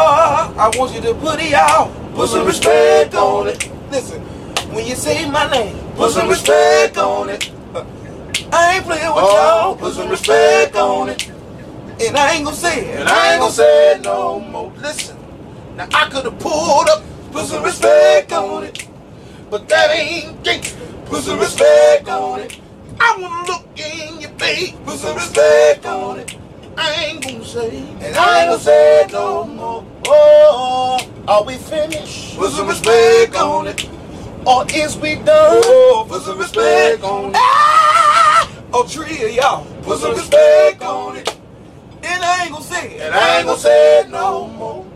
I want you to put it out. Put some respect on it. Listen, when you say my name, put some respect on it. I ain't playing with y'all. Oh, Put some respect on it. And I ain't gonna say it. And I ain't gonna say it no more. Listen, now I could have pulled up, put some respect on it. But that ain't gate. Put some respect on it. I wanna look in your face. Put some respect on it. I ain't gonna say it. And I ain't gonna say it no more. Oh, are we finished? Put some respect on it. Or is we done? Oh, put some respect on it. Ah! Oh, three of y'all. Put some respect on it. And I ain't gonna say it. And I ain't gonna say it no more.